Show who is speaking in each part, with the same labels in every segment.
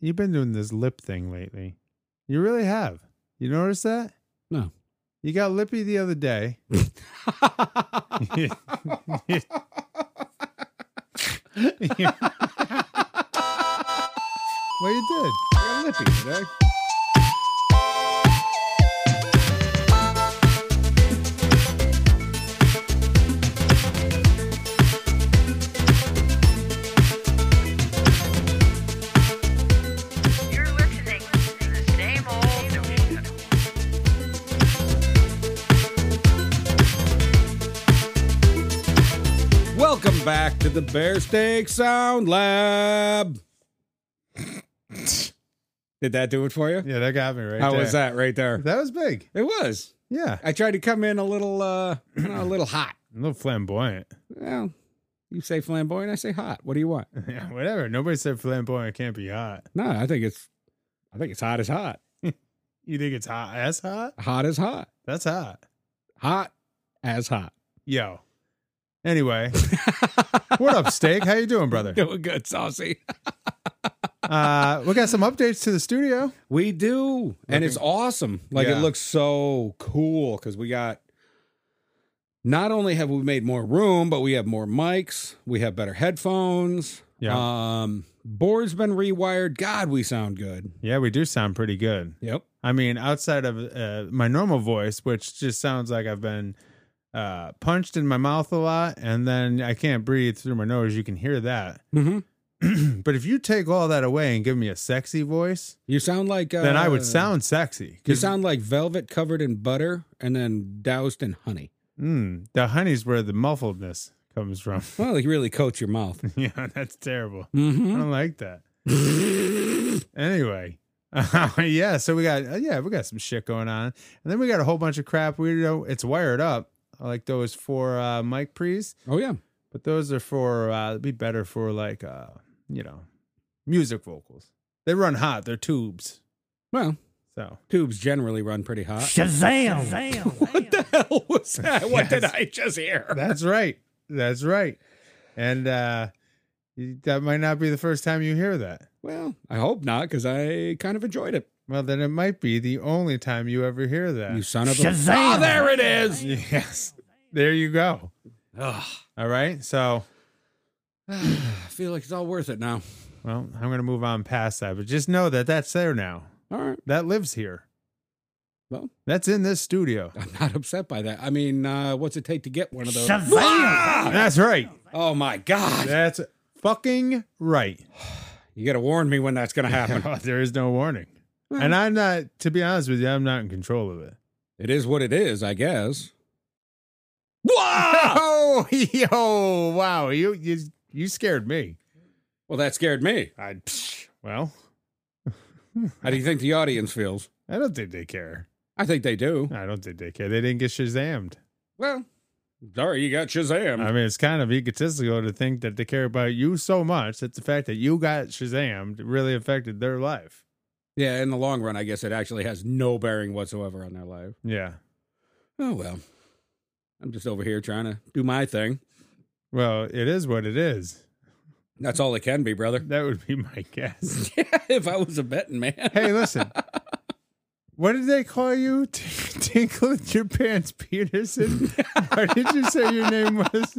Speaker 1: you've been doing this lip thing lately. You really have. You notice that?
Speaker 2: No.
Speaker 1: You got lippy the other day. Well, you did. You got lippy today.
Speaker 3: You're listening to the same old notion.
Speaker 2: Welcome back to the Bear Steak Sound Lab. Did that do it for you?
Speaker 1: Yeah, that got me right.
Speaker 2: How
Speaker 1: there.
Speaker 2: was that right there?
Speaker 1: That was big.
Speaker 2: It was.
Speaker 1: Yeah,
Speaker 2: I tried to come in a little, uh, you know, a little hot.
Speaker 1: a little flamboyant.
Speaker 2: Well, you say flamboyant, I say hot. What do you want?
Speaker 1: Yeah, whatever. Nobody said flamboyant can't be hot.
Speaker 2: No, I think it's, I think it's hot as hot.
Speaker 1: You think it's hot? That's hot.
Speaker 2: Hot as hot.
Speaker 1: That's hot.
Speaker 2: Hot as hot.
Speaker 1: Yo. Anyway, what up, Steak? How you doing, brother?
Speaker 2: Doing good, saucy.
Speaker 1: Uh, we got some updates to the studio.
Speaker 2: We do, and it's awesome. Like
Speaker 1: Yeah.
Speaker 2: it looks so cool because we got. Not only have we made more room, but we have more mics. We have better headphones.
Speaker 1: Yeah.
Speaker 2: Um, board's been rewired. God, we sound good.
Speaker 1: Yeah, we do sound pretty good.
Speaker 2: Yep.
Speaker 1: I mean, outside of uh, my normal voice, which just sounds like I've been uh, punched in my mouth a lot, and then I can't breathe through my nose. You can hear that.
Speaker 2: Mm-hmm.
Speaker 1: But if you take all that away and give me a sexy voice,
Speaker 2: You sound like uh,
Speaker 1: then I would sound sexy.
Speaker 2: You sound like velvet covered in butter and then doused in honey.
Speaker 1: Mm, the honey's where the muffledness comes from.
Speaker 2: Well, like really coat your mouth.
Speaker 1: yeah, that's terrible. I
Speaker 2: Mm-hmm.
Speaker 1: don't like that. Anyway, yeah, so we got uh, yeah, we got some shit going on, and then we got a whole bunch of crap. We know it's wired up. I like those for uh, mic pre's,
Speaker 2: oh yeah.
Speaker 1: but those are for uh, it'd be better for like uh, you know, music vocals. They run hot. They're tubes.
Speaker 2: Well,
Speaker 1: So
Speaker 2: tubes generally run pretty hot.
Speaker 4: Shazam!
Speaker 2: What the hell was that? What did I just hear?
Speaker 1: that's right. That's right. And uh, you- that might not be the first time you hear that.
Speaker 2: Well, I hope not, because I kind of enjoyed it.
Speaker 1: Well, then it might be the only time you ever hear that.
Speaker 2: You son of a.
Speaker 4: Shazam!
Speaker 2: Oh, there it is.
Speaker 1: yes. There you go.
Speaker 2: Ugh,
Speaker 1: All right. So,
Speaker 2: I feel like it's all worth it now.
Speaker 1: well, I'm going to move on past that, but just know that that's there now.
Speaker 2: All right.
Speaker 1: That lives here.
Speaker 2: Well,
Speaker 1: That's in this studio.
Speaker 2: I'm not upset by that. I mean, uh, what's it take to get one of those?
Speaker 4: Shazam!
Speaker 1: That's right.
Speaker 2: Oh my God!
Speaker 1: That's fucking right.
Speaker 2: You got to warn me when that's going to happen.
Speaker 1: there is no warning. And I'm not, to be honest with you, I'm not in control of it.
Speaker 2: it is what it is, I guess.
Speaker 1: Oh, yo, wow. You, you, you scared me.
Speaker 2: Well, that scared me.
Speaker 1: I, well,
Speaker 2: How do you think the audience feels?
Speaker 1: I don't think they care.
Speaker 2: I think they do.
Speaker 1: I don't think they care. They didn't get Shazammed.
Speaker 2: Well, sorry, you got Shazam.
Speaker 1: I mean, it's kind of egotistical to think that they care about you so much that the fact that you got Shazammed really affected their life.
Speaker 2: yeah, in the long run, I guess it actually has no bearing whatsoever on their life.
Speaker 1: Yeah.
Speaker 2: Oh well, I'm just over here trying to do my thing.
Speaker 1: Well, it is what it is.
Speaker 2: That's all it can be, brother.
Speaker 1: That would be my guess.
Speaker 2: if I was a betting man,
Speaker 1: hey, listen. What did they call you? T- Tinkle with your pants, Peterson? or did you say your name was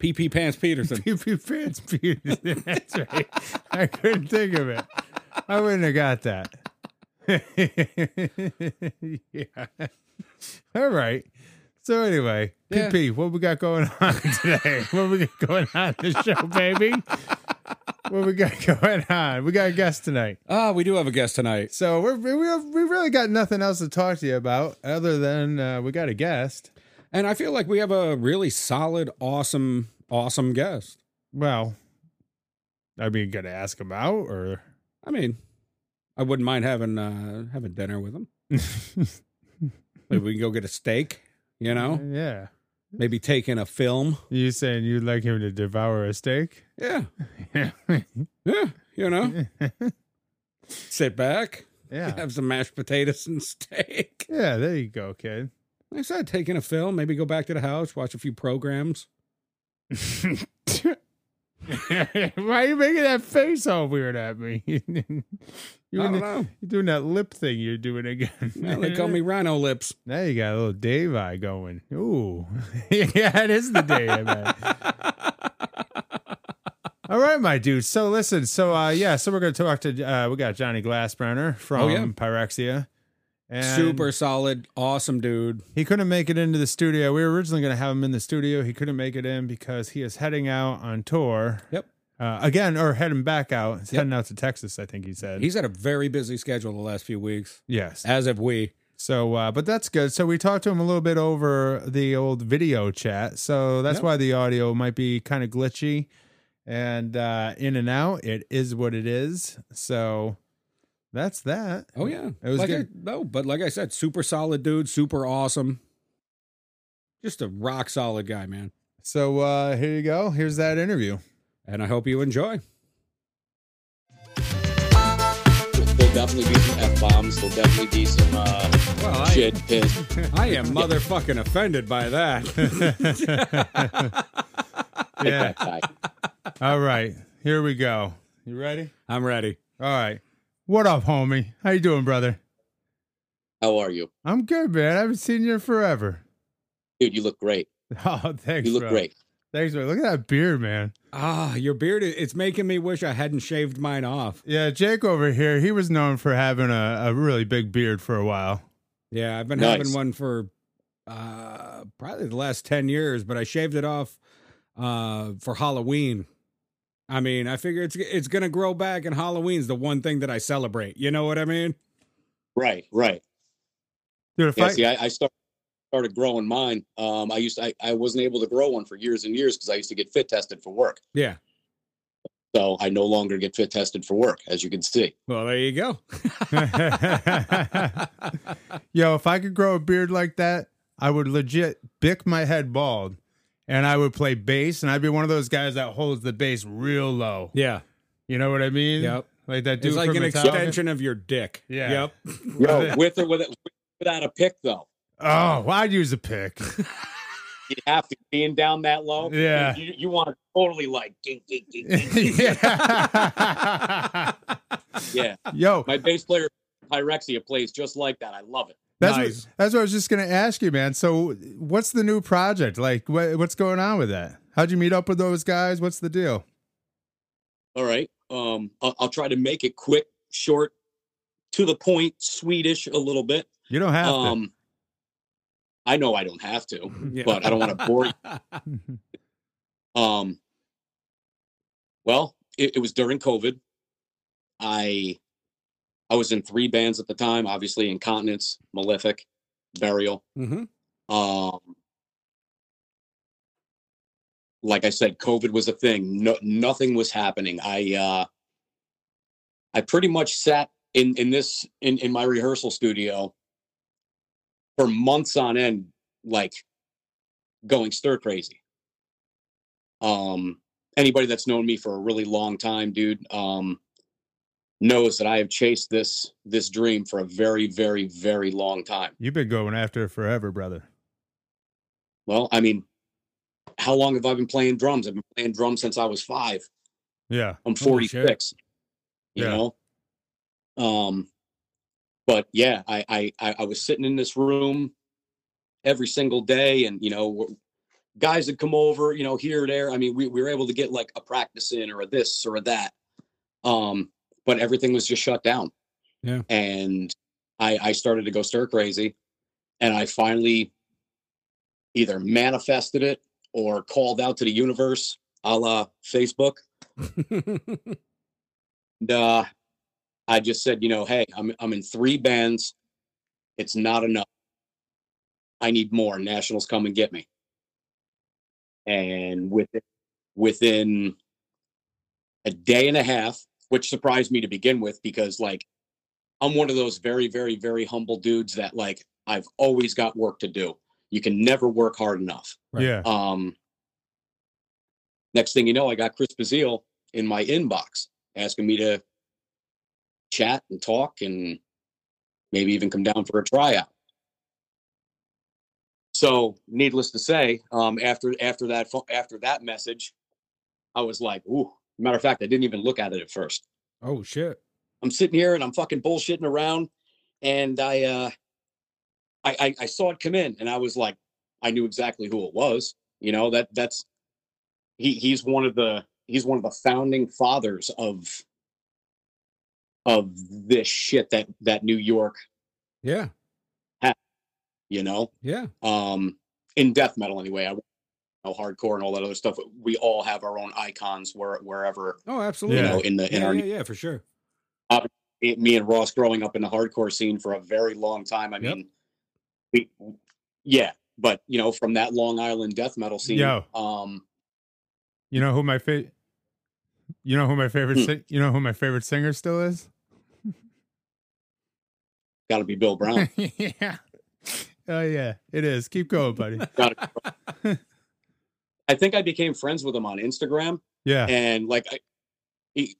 Speaker 2: PP Pants Peterson.
Speaker 1: Pee Pants Peterson? That's right. I couldn't think of it. I wouldn't have got that. yeah. All right. So anyway,
Speaker 2: Yeah.
Speaker 1: PP, what we got going on today? what we got going on in the show, baby? what we got going on? We got a guest tonight,
Speaker 2: Ah, we do have a guest tonight.
Speaker 1: so we're, we we really got nothing else to talk to you about other than uh, we got a guest.
Speaker 2: And I feel like we have a really solid, awesome, awesome guest.
Speaker 1: Well, I mean, gonna ask him out or
Speaker 2: I mean, I wouldn't mind having uh having dinner with him. Maybe we can go get a steak, you know?
Speaker 1: yeah.
Speaker 2: Maybe take in a film.
Speaker 1: You saying you'd like him to devour a steak?
Speaker 2: Yeah.
Speaker 1: yeah.
Speaker 2: Yeah, you know. Sit back,
Speaker 1: Mm-hmm. Yeah,
Speaker 2: have some mashed potatoes and steak.
Speaker 1: there you go, kid.
Speaker 2: Like I said, take in a film, maybe go back to the house, watch a few programs.
Speaker 1: Why are you making that face all weird at me? you
Speaker 2: I don't
Speaker 1: and-
Speaker 2: know.
Speaker 1: you're doing that lip thing you're doing again.
Speaker 2: Well, they call me Rhino Lips.
Speaker 1: Now you got a little Dave eye going. Ooh. yeah, it is the Dave eye. All right, my dude. So listen, so uh yeah, so we're gonna talk to uh we got Johnny Glassbrenner from
Speaker 2: Oh, yeah.
Speaker 1: Pyrexia. And
Speaker 2: Super solid, awesome dude.
Speaker 1: He couldn't make it into the studio. We were originally gonna have him in the studio. He couldn't make it in because he is heading out on tour.
Speaker 2: Yep.
Speaker 1: Uh, again, or heading back out. He's
Speaker 2: Yep.
Speaker 1: heading out to Texas, I think he said.
Speaker 2: He's had a very busy schedule the last few weeks,
Speaker 1: yes.
Speaker 2: as have we.
Speaker 1: So, uh, but that's good. So we talked to him a little bit over the old video chat. So that's
Speaker 2: Yep.
Speaker 1: why the audio might be kind of glitchy and uh, in and out. It is what it is. So that's that.
Speaker 2: Oh yeah,
Speaker 1: It was
Speaker 2: like
Speaker 1: good.
Speaker 2: I, no, but like I said, super solid dude, super awesome. Just a rock solid guy, man.
Speaker 1: So uh, here you go. Here's that interview.
Speaker 2: And I hope you enjoy.
Speaker 4: There'll definitely be some F bombs. There'll definitely be some uh,
Speaker 2: Well,
Speaker 4: shit, piss.
Speaker 2: I am motherfucking offended by that.
Speaker 1: Yeah.
Speaker 4: That guy.
Speaker 1: All right. Here we go. You ready?
Speaker 2: I'm ready.
Speaker 1: All right. What up, homie? How you doing, brother?
Speaker 4: How are you,
Speaker 1: I'm good, man. I haven't seen you in forever.
Speaker 4: dude? You look great.
Speaker 1: Oh, thanks.
Speaker 4: You look
Speaker 1: bro.
Speaker 4: great.
Speaker 1: Thanks, bro. Look at that beard, man.
Speaker 2: Ah, your beard, i- it's making me wish I hadn't shaved mine off.
Speaker 1: Yeah, Jake over here, he was known for having a, a really big beard for a while.
Speaker 2: Yeah, I've been
Speaker 4: Nice.
Speaker 2: having one for uh, probably the last 10 years, but I shaved it off uh, for Halloween. I mean, I figure it's it's going to grow back, and Halloween's the one thing that I celebrate. You know what I mean?
Speaker 4: Right, right.
Speaker 1: Dude, if
Speaker 4: Yeah.
Speaker 1: I,
Speaker 4: See, I, I start, started growing mine. Um, I used to, I, I wasn't able to grow one for years and years because I used to get fit tested for work.
Speaker 2: Yeah.
Speaker 4: So I no longer get fit tested for work, as you can see.
Speaker 2: Well, there you go.
Speaker 1: yo, if I could grow a beard like that, I would legit bick my head bald and I would play bass and I'd be one of those guys that holds the bass real low.
Speaker 2: yeah.
Speaker 1: You know what I mean?
Speaker 2: Yep.
Speaker 1: Like that dude
Speaker 2: It's like
Speaker 1: from
Speaker 2: an
Speaker 1: Metallica.
Speaker 2: extension of your dick.
Speaker 1: Yeah.
Speaker 2: Yep.
Speaker 4: Yo, with or without, without a pick, though,
Speaker 1: Oh, well, I'd use a pick.
Speaker 4: you have to being down that low.
Speaker 1: Yeah.
Speaker 4: You, you want to totally like, ding, ding, ding, ding.
Speaker 1: yeah.
Speaker 4: yeah.
Speaker 1: Yo,
Speaker 4: My bass player Pyrexia plays just like that. I love it.
Speaker 1: that's
Speaker 2: Nice.
Speaker 1: what, that's what I was just gonna ask you, man. So, what's the new project? Like, what, what's going on with that? How'd you meet up with those guys? What's the deal?
Speaker 4: All right. Um, I'll, I'll try to make it quick, short, to the point, Swedish a little bit.
Speaker 1: You don't have
Speaker 4: Um, I know I don't have to,
Speaker 2: Yeah.
Speaker 4: but I don't want to bore
Speaker 1: to.
Speaker 4: you. Um, well, it, it was during COVID. I I was in three bands at the time, obviously Incontinence, Malefic, Burial.
Speaker 2: hmm
Speaker 4: Um, like I said, COVID was a thing. No, nothing was happening. I uh, I pretty much sat in in this in in my rehearsal studio for months on end, like going stir crazy. Um, anybody that's known me for a really long time, dude, um, knows that I have chased this this dream for a very, very, very long time.
Speaker 1: You've been going after it forever, brother.
Speaker 4: Well, I mean, how long have I been playing drums? I've been playing drums since I was five.
Speaker 1: Yeah.
Speaker 4: I'm
Speaker 2: Holy shit.
Speaker 4: 46. You
Speaker 1: Yeah.
Speaker 4: know? Um but yeah, I, I I I was sitting in this room every single day and you know w- guys would come over, you know, here or there. I mean, we, we were able to get like a practice in or a this or a that. Um, but everything was just shut down.
Speaker 2: Yeah.
Speaker 4: And I I started to go stir crazy and I finally either manifested it or called out to the universe a la Facebook and uh, I just said, you know, hey, I'm I'm in three bands. It's not enough. I need more. Nationals, come and get me. And within within a day and a half, which surprised me to begin with, because like I'm one of those very, very, very humble dudes that like I've always got work to do. You can never work hard enough.
Speaker 2: Right.
Speaker 1: Yeah.
Speaker 4: Um, next thing you know, I got Chris Bazile in my inbox asking me to chat and talk and maybe even come down for a tryout. So, needless to say, um, after after that pho- after that message, I was like, ooh. Matter of fact, I didn't even look at it at first.
Speaker 2: Oh shit.
Speaker 4: I'm sitting here and I'm fucking bullshitting around, and I, uh, I, I, I saw it come in, and I was like, I knew exactly who it was. You know that that's he he's one of the he's one of the founding fathers of of this shit that that New York,
Speaker 2: Yeah.
Speaker 4: you know,
Speaker 2: Yeah.
Speaker 4: um, in death metal anyway. I you know, hardcore and all that other stuff. We all have our own icons where wherever
Speaker 2: Oh,
Speaker 4: you
Speaker 2: absolutely.
Speaker 1: Yeah.
Speaker 4: know in the in
Speaker 2: Yeah,
Speaker 4: our
Speaker 2: yeah, yeah, for sure.
Speaker 4: it, me and Ross growing up in the hardcore scene for a very long time. I
Speaker 2: Yep.
Speaker 4: mean, we, yeah, but you know, from that Long Island death metal scene,
Speaker 1: Yo.
Speaker 4: um,
Speaker 1: You know who my favorite. You know who my favorite.
Speaker 4: Hmm.
Speaker 1: si- you know who my favorite singer still is.
Speaker 4: got to be Bill Brown.
Speaker 1: yeah. Oh yeah, it is. Keep going, buddy.
Speaker 4: I think I became friends with him on Instagram,
Speaker 1: Yeah.
Speaker 4: and like, I, he,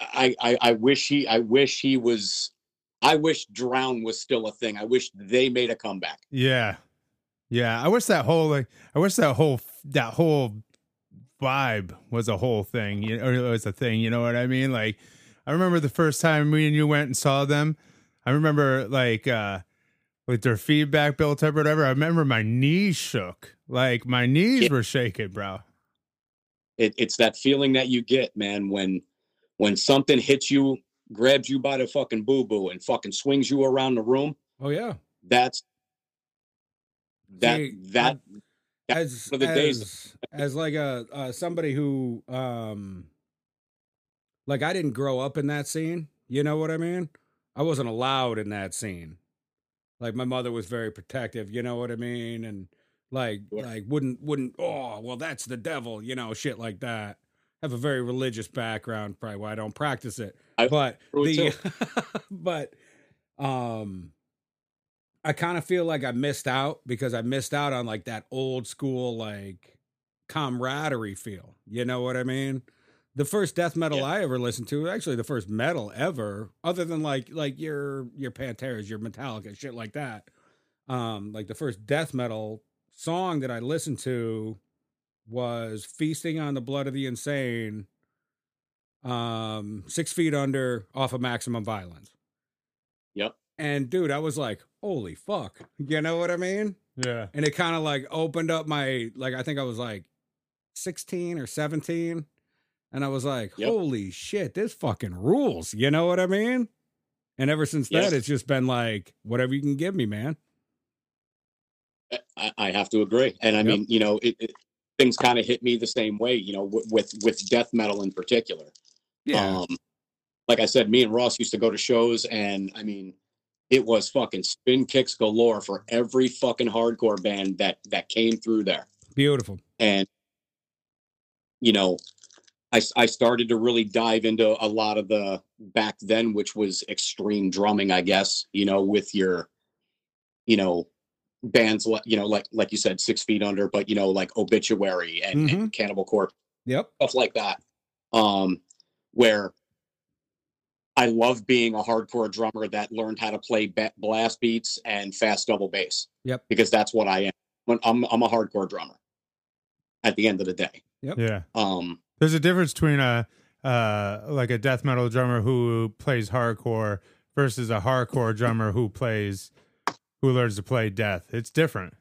Speaker 4: I, I, I wish he, I wish he was, I wish Drown was still a thing. I wish they made a comeback.
Speaker 1: Yeah. Yeah. I wish that whole like I wish that whole that whole vibe was a whole thing. You know, or it was a thing, you know what I mean? Like I remember the first time me and you went and saw them. I remember like uh like their feedback built up or whatever. I remember my knees shook. Like my knees
Speaker 4: Yeah.
Speaker 1: were shaking, bro.
Speaker 4: It, it's that feeling that you get, man, when, when something hits you, grabs you by the fucking boo boo, and fucking swings you around the room.
Speaker 2: Oh yeah.
Speaker 4: that's that
Speaker 2: See,
Speaker 4: that Yeah,
Speaker 2: as
Speaker 4: for the days of-
Speaker 2: as, as like a uh, somebody who um like I didn't grow up in that scene, you know what I mean? I wasn't allowed in that scene. Like my mother was very protective, you know what I mean? And like
Speaker 4: Sure.
Speaker 2: like wouldn't wouldn't oh, well that's the devil, you know, shit like that. Have a very religious background, probably why I don't practice it.
Speaker 4: I-
Speaker 2: but
Speaker 4: Probably
Speaker 2: the but um I kind of feel like I missed out because I missed out on like that old school like camaraderie feel. You know what I mean? The first death metal
Speaker 4: Yeah.
Speaker 2: I ever listened to, actually the first metal ever, other than like like your your Panteras, your Metallica, shit like that. Um, like the first death metal song that I listened to was "Feasting on the Blood of the Insane," um, Six Feet Under, off of Maximum Violence.
Speaker 4: Yep.
Speaker 2: And dude, I was like, "Holy fuck!" You know what I mean?
Speaker 1: Yeah.
Speaker 2: and it kind of like opened up my like I think I was like 16 or 17 and I was like
Speaker 4: Yep.
Speaker 2: holy shit this fucking rules you know what I mean and ever since
Speaker 4: Yes.
Speaker 2: that it's just been like whatever you can give me man
Speaker 4: eh, I, I have to agree and i
Speaker 2: Yep.
Speaker 4: mean you know it, it, things kind of hit me the same way you know with with, with death metal in particular um like i said me and ross used to go to shows and i mean it was fucking spin kicks galore for every fucking hardcore band that that came through there
Speaker 2: beautiful
Speaker 4: and you know I, s- I started to really dive into a lot of the back then which was extreme drumming i guess you know with your you know bands li- you know like like you said six feet under but you know like obituary and, and cannibal corpse
Speaker 2: yep
Speaker 4: stuff like that um where i love being a hardcore drummer that learned how to play ba- blast beats and fast double bass
Speaker 2: Yep.
Speaker 4: because that's what i am I'm- i'm, I'm a hardcore drummer at the end of the day
Speaker 1: Yeah.
Speaker 4: um
Speaker 1: There's a difference between a uh, like a death metal drummer who plays hardcore versus a hardcore drummer who plays who learns to play death. It's different.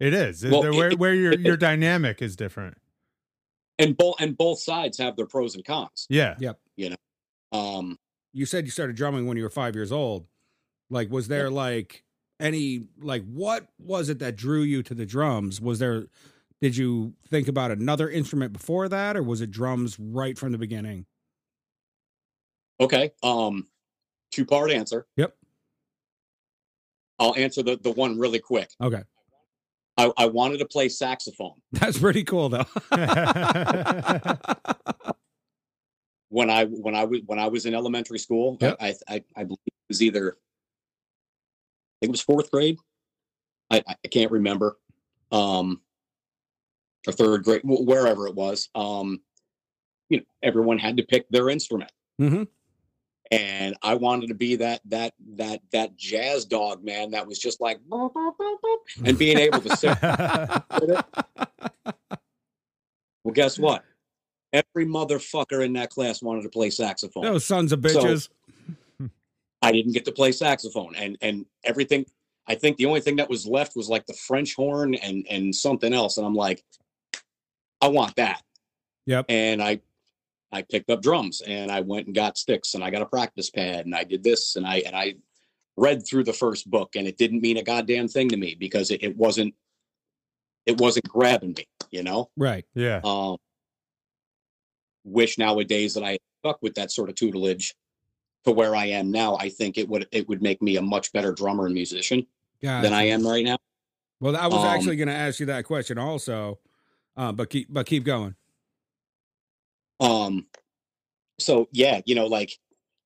Speaker 1: It is.
Speaker 4: Well,
Speaker 1: There- where
Speaker 4: it-
Speaker 1: where your your dynamic is different.
Speaker 4: and both and both sides have their pros and cons
Speaker 1: Yeah.
Speaker 2: yep
Speaker 4: um
Speaker 2: you said you started drumming when you were 5 years old like was there like any like what was it that drew you to the drums was there did you think about another instrument before that or was it drums right from the beginning
Speaker 4: okay um two part answer
Speaker 2: Yep.
Speaker 4: i'll answer the the one really quick
Speaker 2: Okay.
Speaker 4: i i wanted to play saxophone
Speaker 2: That's pretty cool though.
Speaker 4: when I when I was when I was in elementary school,
Speaker 2: Yep.
Speaker 4: I, I I believe it was either I think it was fourth grade. I I can't remember, um, or third grade, wh- wherever it was. Um, you know, everyone had to pick their instrument,
Speaker 2: Mhm.
Speaker 4: and I wanted to be that that that that jazz dog man that was just like "Boop, boop, boop, boop," and being able to sit. well, guess what? Every motherfucker in that class wanted to play saxophone.
Speaker 2: Those sons of bitches.
Speaker 4: I didn't get to play saxophone, and and everything. I think the only thing that was left was like the French horn and and something else. And I'm like, I want that.
Speaker 2: Yep.
Speaker 4: And I I picked up drums and I went and got sticks and I got a practice pad and I did this and I and I read through the first book and it didn't mean a goddamn thing to me because it, it wasn't it wasn't grabbing me, you know.
Speaker 2: right.
Speaker 1: Yeah.
Speaker 4: Um, wish nowadays that I had stuck with that sort of tutelage to where I am now. I think it would it would make me a much better drummer and musician
Speaker 2: God.
Speaker 4: than I am right now.
Speaker 2: well, I was
Speaker 4: um,
Speaker 2: actually going to ask you that question also, uh, but keep but keep going.
Speaker 4: Um, so yeah, you know, like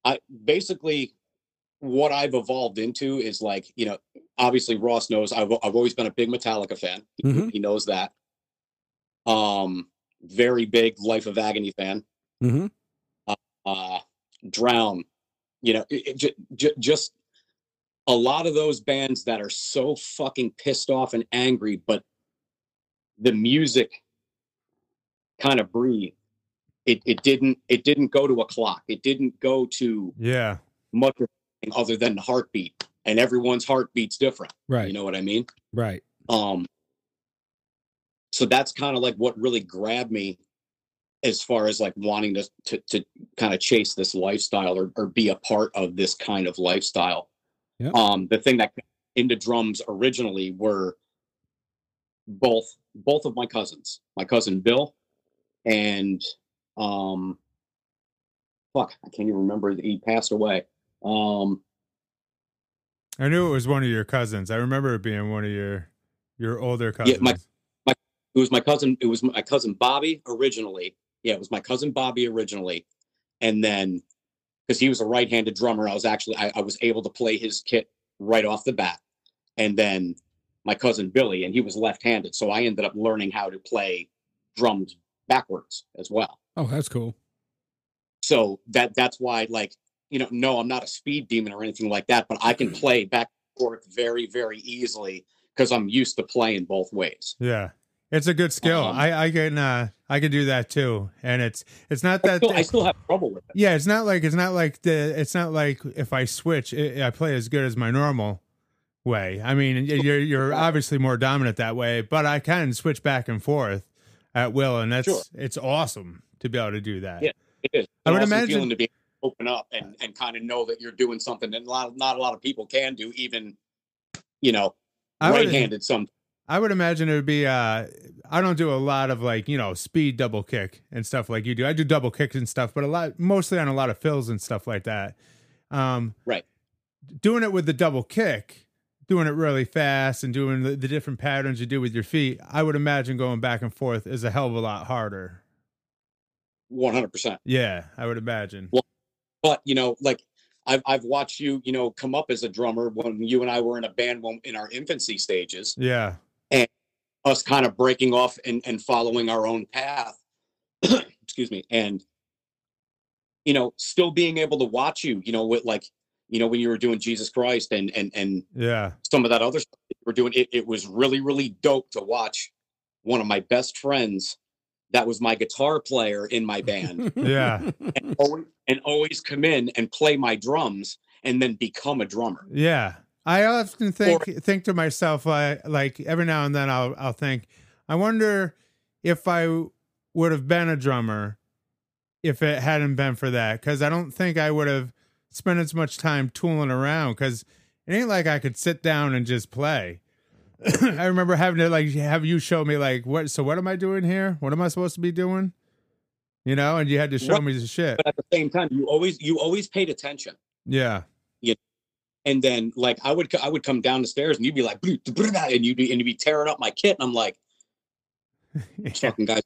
Speaker 4: I basically what I've evolved into is like you know, obviously Ross knows I've I've always been a big Metallica fan.
Speaker 2: Mhm.
Speaker 4: He knows that. Um, very big Life of Agony fan.
Speaker 2: Mm-hmm.
Speaker 4: uh, Drown, you know, it, it ju- ju- just a lot of those bands that are so fucking pissed off and angry, but the music kind of breathed. It, it didn't it didn't go to a clock. It didn't go to
Speaker 1: Yeah.
Speaker 4: much of anything other than the heartbeat, and everyone's heartbeat's different.
Speaker 2: Right.
Speaker 4: You know what I mean?
Speaker 2: Right.
Speaker 4: um so that's kind of like what really grabbed me as far as like wanting to to, to kind of chase this lifestyle or, or be a part of this kind of lifestyle
Speaker 2: Yep.
Speaker 4: um the thing that got me into drums originally were both both of my cousins my cousin bill and um fuck i can't even remember he passed away um
Speaker 1: I knew it was one of your cousins. I remember it being one of your your older cousins.
Speaker 4: my- it was my cousin it was my cousin bobby originally yeah it was my cousin bobby originally and then because he was a right-handed drummer i was actually I, I was able to play his kit right off the bat and then my cousin billy and he was left-handed so i ended up learning how to play drums backwards as well
Speaker 2: Oh, that's cool.
Speaker 4: so that that's why like you know no i'm not a speed demon or anything like that but i can
Speaker 1: Mm-hmm.
Speaker 4: play back and forth very very easily because i'm used to playing both ways
Speaker 1: yeah. It's a good skill.
Speaker 4: Um,
Speaker 1: I I can uh I can do that too. And it's it's not that
Speaker 4: I still, I still have trouble with it
Speaker 1: Yeah, it's not like it's not like the it's not like if I switch, i I play as good as my normal way. I mean, y- you're you're obviously more dominant that way, but I can switch back and forth at will, and that's
Speaker 4: Sure.
Speaker 1: it's awesome to be able to do that.
Speaker 4: Yeah. It is. It's
Speaker 1: I would
Speaker 4: an awesome
Speaker 1: imagine-
Speaker 4: feeling to be open up and, and kind of know that you're doing something that a lot, not a lot of people can do, even you know,
Speaker 1: I would-
Speaker 4: right-handed. Some
Speaker 1: I would imagine it would be. Uh, I don't do a lot of like you know speed double kick and stuff like you do. I do double kicks and stuff, but a lot mostly on a lot of fills and stuff like that. Um,
Speaker 4: Right.
Speaker 1: Doing it with the double kick, doing it really fast, and doing the, the different patterns you do with your feet. I would imagine going back and forth is a hell of a lot harder.
Speaker 4: 100. percent
Speaker 1: Yeah, I would imagine.
Speaker 4: but you know like I've, I've watched you you know come up as a drummer when you and i were in a band when, in our infancy stages
Speaker 1: Yeah,
Speaker 4: us kind of breaking off and, and following our own path excuse me and you know still being able to watch you you know with like you know when you were doing jesus christ and and and
Speaker 1: yeah,
Speaker 4: some of that other stuff that we're doing, it, it was really, really dope to watch one of my best friends that was my guitar player in my band
Speaker 1: Yeah.
Speaker 4: always, and always come in and play my drums and then become a drummer.
Speaker 1: yeah. I often think think to myself like like every now and then I'll I'll think I wonder if I would have been a drummer if it hadn't been for that because I don't think I would have spent as much time tooling around because it ain't like I could sit down and just play. I remember having to like have you show me like what so what am I doing here? What am I supposed to be doing? You know, and you had to show
Speaker 4: Right.
Speaker 1: me the shit.
Speaker 4: But at the same time, you always you always paid attention.
Speaker 1: Yeah.
Speaker 4: And then like I would co- I would come down the stairs and you'd be like "Bleep, bleep, bleep," and you'd be and you'd be tearing up my kit and I'm like "This fucking guys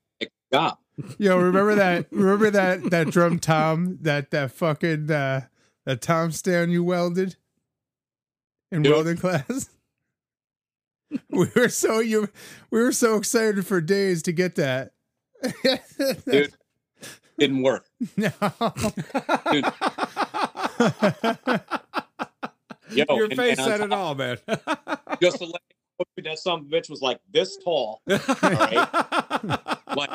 Speaker 4: job.
Speaker 1: Yo, remember that? Remember that that drum tom that that fucking uh, that tom stand you welded in
Speaker 4: Dude.
Speaker 1: welding class. We were so you, we were so excited for days to get that.
Speaker 4: Dude. Didn't work.
Speaker 1: no.
Speaker 4: Dude. Yo,
Speaker 2: Your
Speaker 4: and-
Speaker 2: face
Speaker 4: and on
Speaker 2: said it
Speaker 4: top-
Speaker 2: all, man.
Speaker 4: Just to let you know, that some bitch was like this tall. right. Like,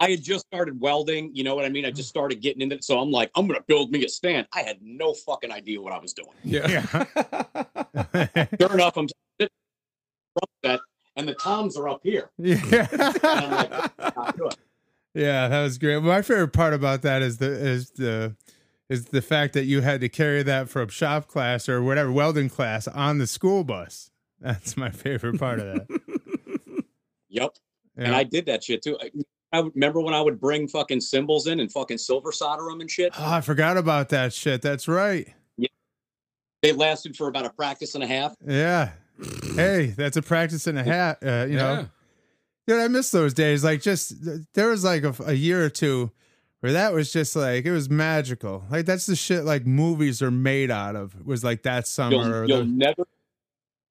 Speaker 4: I had just started welding. You know what I mean? I just started getting into it. So I'm like, I'm going to build me a stand. I had no fucking idea what I was doing.
Speaker 2: Yeah.
Speaker 4: Sure enough, I'm sitting front set and the toms are up here.
Speaker 1: yeah.
Speaker 4: Not good.
Speaker 1: Yeah, that was great. My favorite part about that is the is the is the fact that you had to carry that from shop class or whatever welding class on the school bus. That's my favorite part of that.
Speaker 4: Yep.
Speaker 1: Yeah.
Speaker 4: And I did that shit too. I, I would- remember when I would bring fucking symbols in and fucking silver solder them and shit.
Speaker 1: oh, I forgot about that shit. That's right.
Speaker 4: They lasted for about a practice and a half.
Speaker 1: Yeah. Hey, that's a practice and a hat. Uh, you know, dude, I miss those days. Like, just there was like a, a year or two where that was just like it was magical. Like that's the shit like movies are made out of. Was like that summer. or
Speaker 4: You'll, you'll
Speaker 1: the-
Speaker 4: never,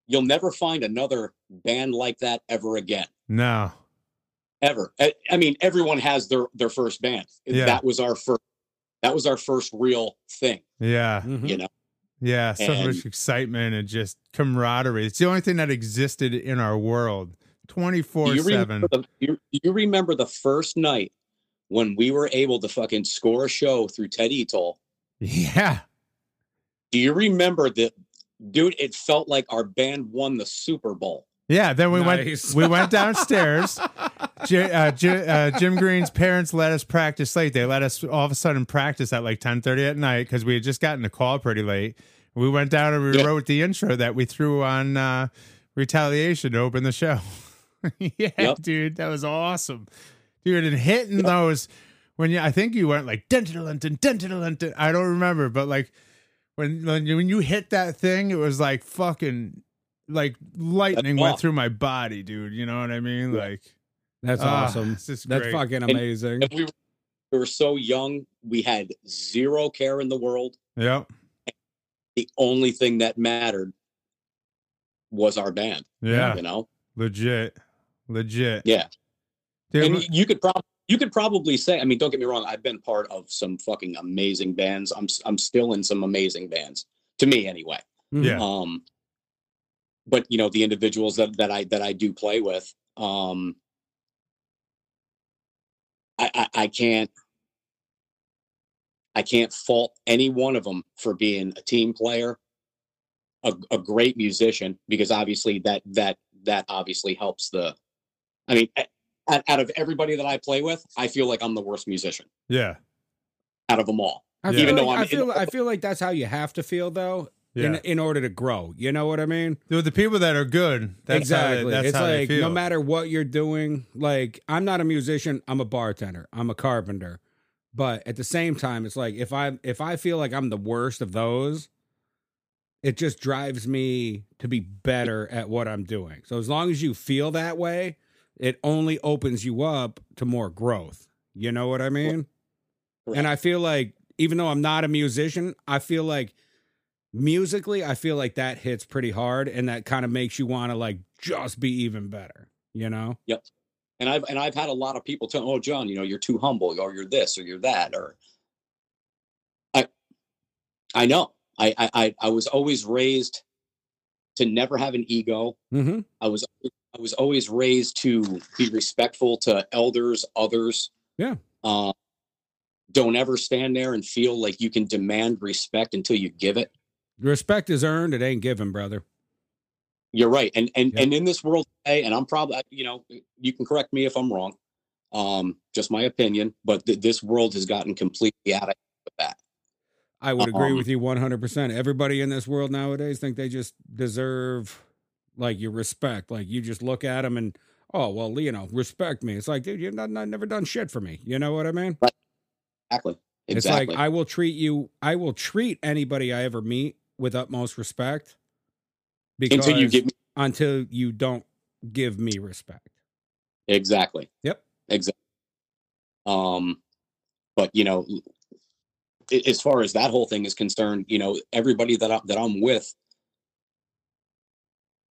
Speaker 4: you'll never find another band like that ever again.
Speaker 1: no.
Speaker 4: Ever. I, I mean, everyone has their their first band.
Speaker 1: Yeah.
Speaker 4: That was our first. That was our first real thing.
Speaker 1: Yeah.
Speaker 2: Mhm.
Speaker 4: You know.
Speaker 1: Yeah, so
Speaker 4: And-
Speaker 1: much excitement and just camaraderie. It's the only thing that existed in our world, twenty
Speaker 4: Do
Speaker 1: four
Speaker 4: you,
Speaker 1: seven.
Speaker 4: remember the, you, you remember the first night when we were able to fucking score a show through Ted Etoll
Speaker 1: Yeah,
Speaker 4: Do you remember that, dude? It felt like our band won the Super Bowl.
Speaker 1: yeah. Then we went
Speaker 2: Nice.
Speaker 1: we went downstairs. J, uh, J, uh, Jim Green's parents let us practice late. They let us all of a sudden practice at like ten thirty at night because we had just gotten a call pretty late. We went down and we
Speaker 4: Yeah.
Speaker 1: wrote the intro that we threw on uh, Retaliation to open the show. yeah,
Speaker 4: Yep.
Speaker 1: dude, that was awesome, dude. And hitting those when you, I think you went like dentalunton, dentalunton. I don't remember, but like when when you, when you hit that thing, it was like fucking like lightning went
Speaker 4: awesome.
Speaker 1: through my body, dude. You know what I mean?
Speaker 4: Yeah.
Speaker 1: Like
Speaker 2: That's
Speaker 1: ah,
Speaker 2: awesome.
Speaker 1: This is
Speaker 2: That's
Speaker 1: great.
Speaker 2: fucking
Speaker 1: Mm-hmm.
Speaker 2: amazing.
Speaker 4: And we, were- we were so young, we had zero care in the world.
Speaker 1: Yep.
Speaker 4: The only thing that mattered was our band.
Speaker 1: Yeah.
Speaker 4: you know.
Speaker 1: Legit. Legit.
Speaker 4: Yeah.
Speaker 1: Dude,
Speaker 4: and
Speaker 1: we-
Speaker 4: you could probably you could probably say. I mean, don't get me wrong. I've been part of some fucking amazing bands. I'm s- I'm still in some amazing bands. To me, anyway.
Speaker 2: Mhm.
Speaker 1: yeah.
Speaker 4: um but you know the individuals that, that i that i do play with um I, I i can't i can't fault any one of them for being a team player a, a great musician because obviously that that that obviously helps the i mean a- out, out of everybody that i play with i feel like i'm the worst musician
Speaker 1: yeah.
Speaker 4: out of them all
Speaker 1: Yeah.
Speaker 2: I feel,
Speaker 1: Even
Speaker 2: like,
Speaker 4: though I'm
Speaker 2: I,
Speaker 4: in-
Speaker 2: feel, I feel like that's how you have to feel though, in,
Speaker 1: Yeah.
Speaker 2: in order to grow. You know what I mean?
Speaker 1: Dude, the people that are good, that's
Speaker 2: exactly.
Speaker 1: How they, that's
Speaker 2: it's
Speaker 1: how they
Speaker 2: like
Speaker 1: feel.
Speaker 2: no matter what you're doing, like I'm not a musician, I'm a bartender, I'm a carpenter. But at the same time, it's like if I if I feel like I'm the worst of those, it just drives me to be better at what I'm doing. So as long as you feel that way, it only opens you up to more growth. You know what I mean?
Speaker 4: Correct.
Speaker 2: And I feel like even though I'm not a musician, I feel like musically, I feel like that hits pretty hard and that kind of makes you want to like just be even better, you know?
Speaker 4: and I've and I've had a lot of people tell, "Oh, John, you know, you're too humble, or you're this, or you're that, or I." I know. I I I, I was always raised to never have an ego.
Speaker 2: Mm-hmm.
Speaker 4: I was I was always raised to be respectful to elders, others.
Speaker 2: Yeah.
Speaker 4: Uh, don't ever stand there and feel like you can demand respect until you give it.
Speaker 2: Respect is earned, it ain't given, brother.
Speaker 4: You're right. And and
Speaker 2: Yeah.
Speaker 4: and in this world today, and I'm probably you know, you can correct me if I'm wrong. Um, just my opinion, but th- this world has gotten completely out of hand with that.
Speaker 2: I would agree
Speaker 4: Um,
Speaker 2: with you 100%. Everybody in this world nowadays think they just deserve like your respect. Like you just look at them and, oh, well, you know, respect me. It's like, dude, you've not, not, never done shit for me. You know what I mean?
Speaker 4: Exactly. Exactly.
Speaker 2: It's like I will treat you. I will treat anybody I ever meet with utmost respect. Because
Speaker 4: Until you give me
Speaker 2: until you don't give me respect.
Speaker 4: exactly.
Speaker 2: Yep.
Speaker 4: Exactly. Um, but you know, a- as far as that whole thing is concerned, you know, everybody that I, that I'm with,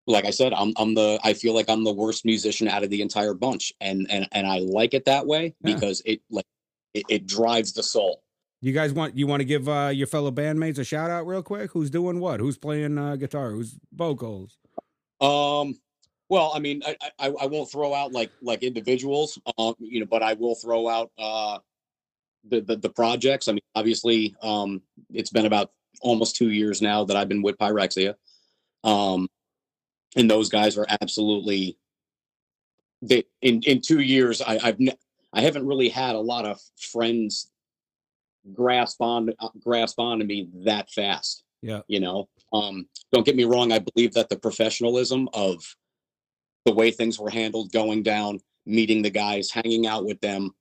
Speaker 4: like I said, I'm I'm the I feel like I'm the worst musician out of the entire bunch, and and and I like it that way
Speaker 2: Yeah.
Speaker 4: because it like it, it drives the soul.
Speaker 2: You guys want you want to give uh, your fellow bandmates a shout out real quick? Who's doing what? Who's playing uh, guitar? Who's vocals?
Speaker 4: Um, Well, I mean, I, I I won't throw out like like individuals, um, you know, but I will throw out uh, the, the the projects. I mean, obviously, um, it's been about almost two years now that I've been with Pyrexia, um, and those guys are absolutely. They in in two years, I, I've ne- I haven't really had a lot of friends grasp on uh, grasp onto me that fast.
Speaker 2: Yeah.
Speaker 4: you know, um, don't get me wrong. I believe that the professionalism of the way things were handled going down meeting the guys hanging out with them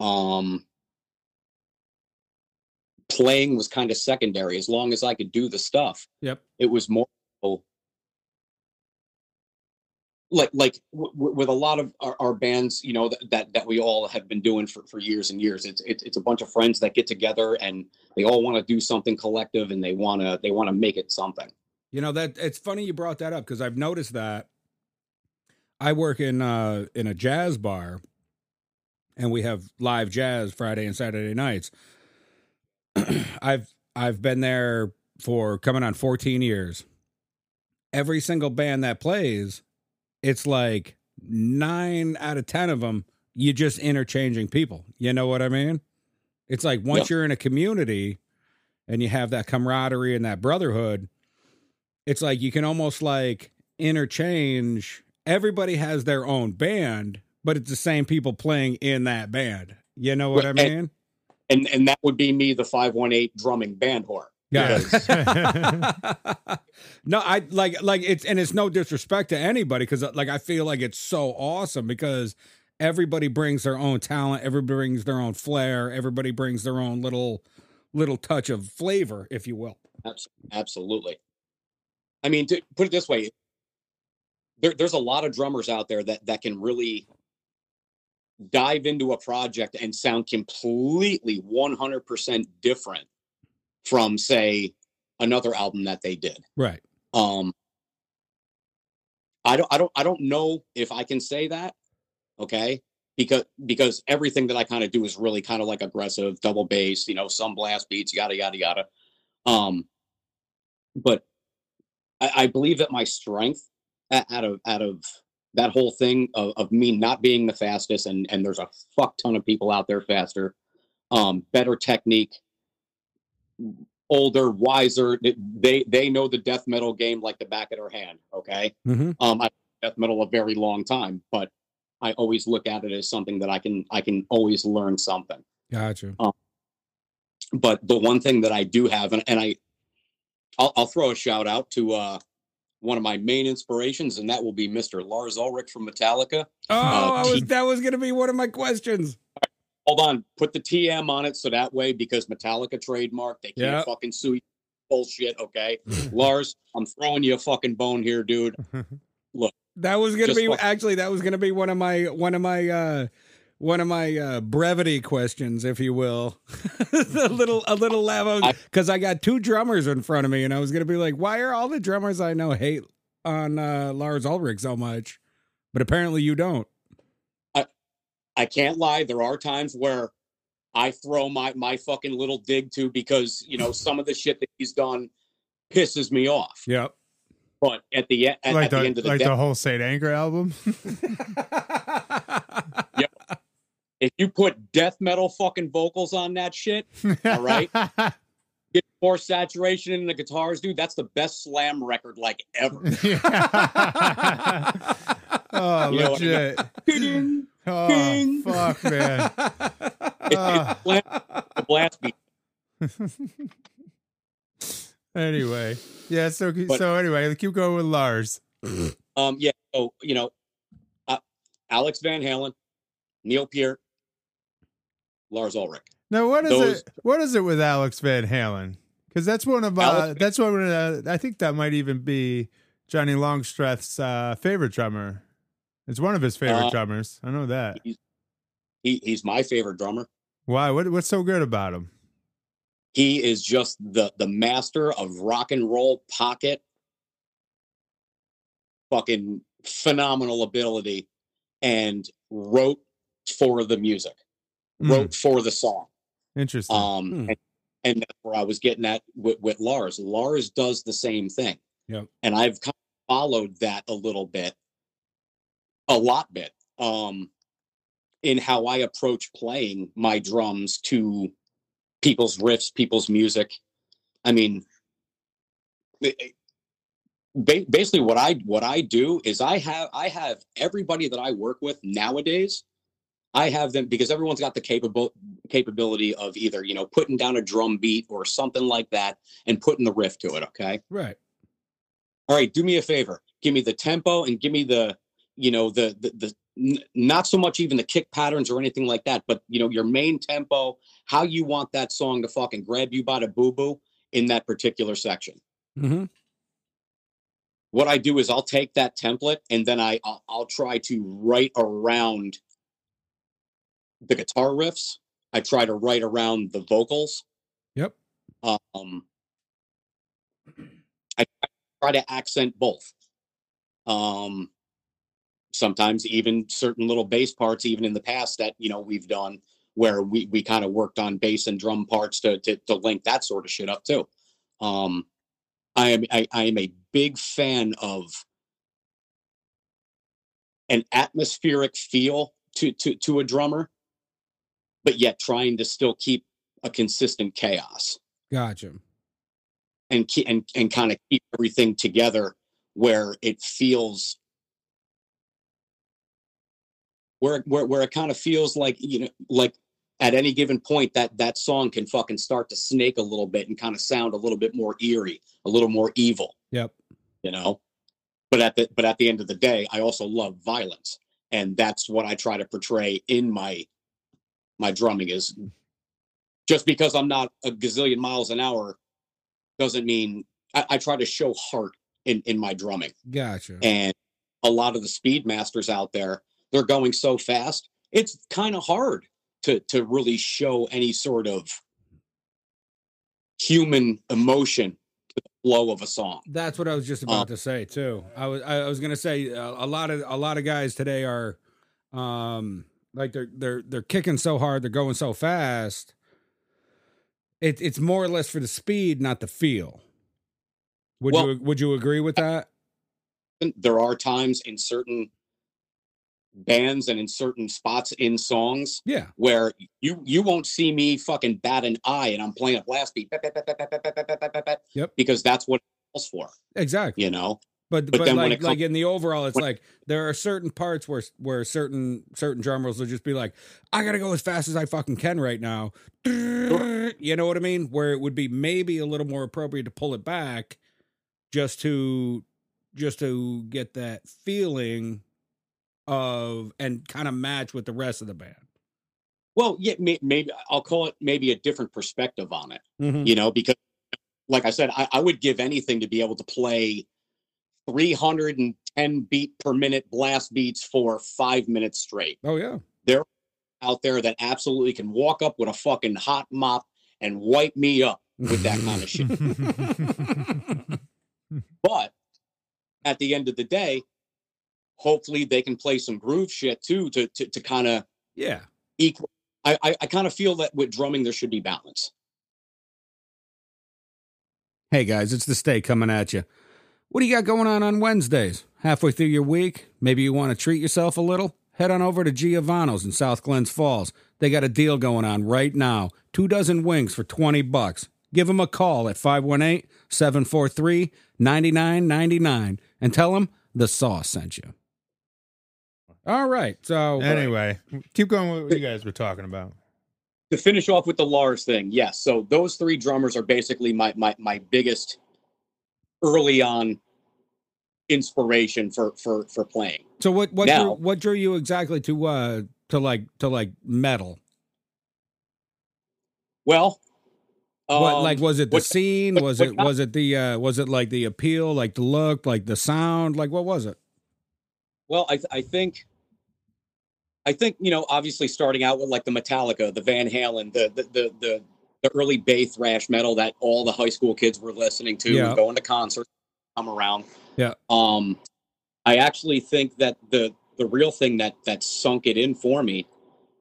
Speaker 4: um playing was kind of secondary as long as i could do the stuff
Speaker 2: Yep.
Speaker 4: it was more so- like like w- w- with a lot of our, our bands you know that, that that we all have been doing for, for years and years it's, it's it's a bunch of friends that get together and they all want to do something collective and they want to they want to make it something
Speaker 2: You know that it's funny you brought that up because I've noticed that I work in uh in a jazz bar and we have live jazz Friday and Saturday nights. I've I've been there for coming on 14 years. Every single band that plays, it's like 9 out of 10 of them you're just interchanging people. You know what I mean? It's like once you're in a community and you have that camaraderie and that brotherhood, it's like you can almost like interchange everybody has their own band but it's the same people playing in that band you know what i
Speaker 4: Right,
Speaker 2: mean
Speaker 4: and and that would be me the 518 drumming band whore
Speaker 2: yeah
Speaker 1: Yes.
Speaker 2: no i like like it's and it's no disrespect to anybody because like i feel like it's so awesome because everybody brings their own talent everybody brings their own flair everybody brings their own little little touch of flavor if you will
Speaker 4: Abs- Absolutely. I mean, to put it this way, there, there's a lot of drummers out there that that can really dive into a project and sound completely 100% different from, say, another album that they did.
Speaker 2: right
Speaker 4: Um, I don't, I don't, I don't know if I can say that. Okay. Because, because everything that I kind of do is really kind of like aggressive double bass, you know, some blast beats, yada, yada, yada. Um, but I, I believe that my strength a- out of, out of that whole thing of, of me not being the fastest and, and there's a fuck ton of people out there faster, um, better technique, older, wiser. th- They they know the death metal game like the back of their hand. Okay,
Speaker 2: mm-hmm.
Speaker 4: um, I death metal a very long time, but I always look at it as something that I can I can always learn something.
Speaker 2: gotcha
Speaker 4: But the one thing that I do have, and, and I, I'll, I'll throw a shout out to uh, one of my main inspirations, and that will be Mr. Lars Ulrich from Metallica.
Speaker 2: oh
Speaker 4: Uh,
Speaker 2: i was that was gonna be one of my questions
Speaker 4: Hold on, put the TM on it so that way because Metallica trademark, they can't
Speaker 2: Yeah.
Speaker 4: fucking sue you. Bullshit. Okay, Lars, I'm throwing you a fucking bone here, dude.
Speaker 2: That was gonna
Speaker 4: Just
Speaker 2: be
Speaker 4: fuck-
Speaker 2: actually that was gonna be one of my one of my uh one of my uh brevity questions, if you will. a little a little level
Speaker 4: I-
Speaker 2: because I got two drummers in front of me and I was gonna be like, why are all the drummers I know hate on uh Lars Ulrich so much? But apparently you don't.
Speaker 4: I can't lie. There are times where I throw my my fucking little dig to because you know some of the shit that he's done pisses me off.
Speaker 2: Yep.
Speaker 4: But at the e- at,
Speaker 1: like
Speaker 4: at
Speaker 1: the,
Speaker 4: the, end of the
Speaker 1: like
Speaker 4: day,
Speaker 1: the whole Saint Anger album.
Speaker 4: if you put death metal fucking vocals on that shit, All right. get more saturation in the guitars, dude. That's the best slam record like ever.
Speaker 1: Yeah. oh,
Speaker 4: You know what I mean?
Speaker 1: legit.
Speaker 4: Ding,
Speaker 1: Oh,
Speaker 4: Ding.
Speaker 1: fuck, man.
Speaker 4: it's,
Speaker 1: Ah.
Speaker 4: it's slam, the blast beat.
Speaker 1: anyway, yeah. So
Speaker 4: But-
Speaker 1: so anyway, keep going with Lars.
Speaker 4: Um, yeah. So you know, uh, Alex Van Halen, Neil Peart, Lars Ulrich.
Speaker 1: Now, what is
Speaker 4: Those-
Speaker 1: it? What is it with Alex Van Halen? Because that's one of uh,
Speaker 4: Alex-
Speaker 1: that's one. Of, uh, I think that might even be Johnny Longstreth's uh, favorite drummer. It's one of his favorite
Speaker 4: Uh,
Speaker 1: drummers. I know that.
Speaker 4: He he's my favorite drummer.
Speaker 1: Why? What, what's so good about him?
Speaker 4: he is just the the master of rock and roll pocket fucking phenomenal ability and wrote for the music
Speaker 1: Hmm.
Speaker 4: wrote for the song
Speaker 1: Interesting.
Speaker 4: um
Speaker 2: Hmm.
Speaker 4: and, and that's where i was getting at with, with lars lars does the same thing
Speaker 2: Yep.
Speaker 4: and i've kind of followed that a little bit a lot bit um, in how I approach playing my drums to people's riffs, people's music. I mean, it- it- ba- basically what I what I do is I have I have everybody that I work with nowadays. I have them because everyone's got the capable capability of either you know putting down a drum beat or something like that and putting the riff to it. Okay,
Speaker 2: Right.
Speaker 4: all right do me a favor give me the tempo and give me the you know the the, the n- not so much even the kick patterns or anything like that but you know your main tempo how you want that song to fucking grab you by the boo boo in that particular section
Speaker 2: Mm-hmm.
Speaker 4: what i do is i'll take that template and then i i'll, I'll try to write around the guitar riffs i try to write around the vocals
Speaker 2: Yep.
Speaker 4: um i try to accent both um sometimes even certain little bass parts even in the past that you know we've done where we we kind of worked on bass and drum parts to, to to link that sort of shit up too um i am i, I am a big fan of an atmospheric feel to to to a drummer but yet trying to still keep a consistent chaos
Speaker 2: Gotcha.
Speaker 4: and keep and, and kind of keep everything together where it feels where where where it kind of feels like you know like at any given point that that song can fucking start to snake a little bit and kind of sound a little bit more eerie a little more evil
Speaker 2: Yep.
Speaker 4: you know but at the but at the end of the day i also love violence and that's what i try to portray in my my drumming is just because i'm not a gazillion miles an hour doesn't mean i, I try to show heart in in my drumming
Speaker 2: Gotcha.
Speaker 4: and a lot of the speed masters out there they're going so fast it's kind of hard to to really show any sort of human emotion to the flow of a song
Speaker 2: That's what I was just about to say too. I was I was gonna say uh, a lot of a lot of guys today are, um, like they're they're they're kicking so hard, they're going so fast. It, it's more or less for the speed, not the feel. Would
Speaker 4: Well-
Speaker 2: you would you agree with that?
Speaker 4: there are times in certain bands and in certain spots in songs
Speaker 2: Yeah,
Speaker 4: where you you won't see me fucking bat an eye and I'm playing a blast beat bat, bat, bat, bat, bat, bat, bat, bat, bat, bat, bat, bat,
Speaker 2: Yep.
Speaker 4: because that's what it calls for
Speaker 2: exactly.
Speaker 4: you know
Speaker 2: But but,
Speaker 4: but then when
Speaker 2: like
Speaker 4: it
Speaker 2: like in the overall, it's
Speaker 4: when-
Speaker 2: like there are certain parts where where certain certain drummers will just be like, I gotta go as fast as I fucking can right now. You know what I mean? Where it would be maybe a little more appropriate to pull it back, just to just to get that feeling of and kind of match with the rest of the band.
Speaker 4: well yeah may, maybe I'll call it maybe a different perspective on it
Speaker 2: Mm-hmm.
Speaker 4: you know because like I said I, I would give anything to be able to play 310 beat per minute blast beats for five minutes straight
Speaker 2: Oh yeah,
Speaker 4: out there that absolutely can walk up with a fucking hot mop and wipe me up with that kind of shit. But at the end of the day, hopefully they can play some groove shit too to to, to kind of
Speaker 2: yeah,
Speaker 4: equal. I I, I kind of feel that with drumming there should be balance.
Speaker 2: Hey guys, it's the stay coming at you. What do you got going on on Wednesdays? Halfway through your week, maybe you want to treat yourself a little? Head on over to Giovanni's in South Glens Falls. They got a deal going on right now. Two dozen wings for 20 bucks. Give them a call at 518-743-9999 and tell them the sauce sent you. All right. So
Speaker 1: Anyway, keep going with what you guys were talking about.
Speaker 4: To finish off with the Lars thing, yes. So those three drummers are basically my my my biggest early on inspiration for for for playing.
Speaker 2: so what what
Speaker 4: Now-
Speaker 2: drew, what drew you exactly to uh to like to like metal?
Speaker 4: Well,
Speaker 2: what
Speaker 4: um,
Speaker 2: like was it the
Speaker 4: what-
Speaker 2: scene
Speaker 4: what-
Speaker 2: was
Speaker 4: what
Speaker 2: it
Speaker 4: kind-
Speaker 2: was it the uh was it like the appeal like the look like the sound like what was it
Speaker 4: Well, I I think I think you know, obviously, starting out with like the Metallica, the Van Halen, the the the the, the early Bay thrash metal that all the high school kids were listening to,
Speaker 2: Yeah.
Speaker 4: going to concerts, come around.
Speaker 2: Yeah.
Speaker 4: Um, I actually think that the the real thing that that sunk it in for me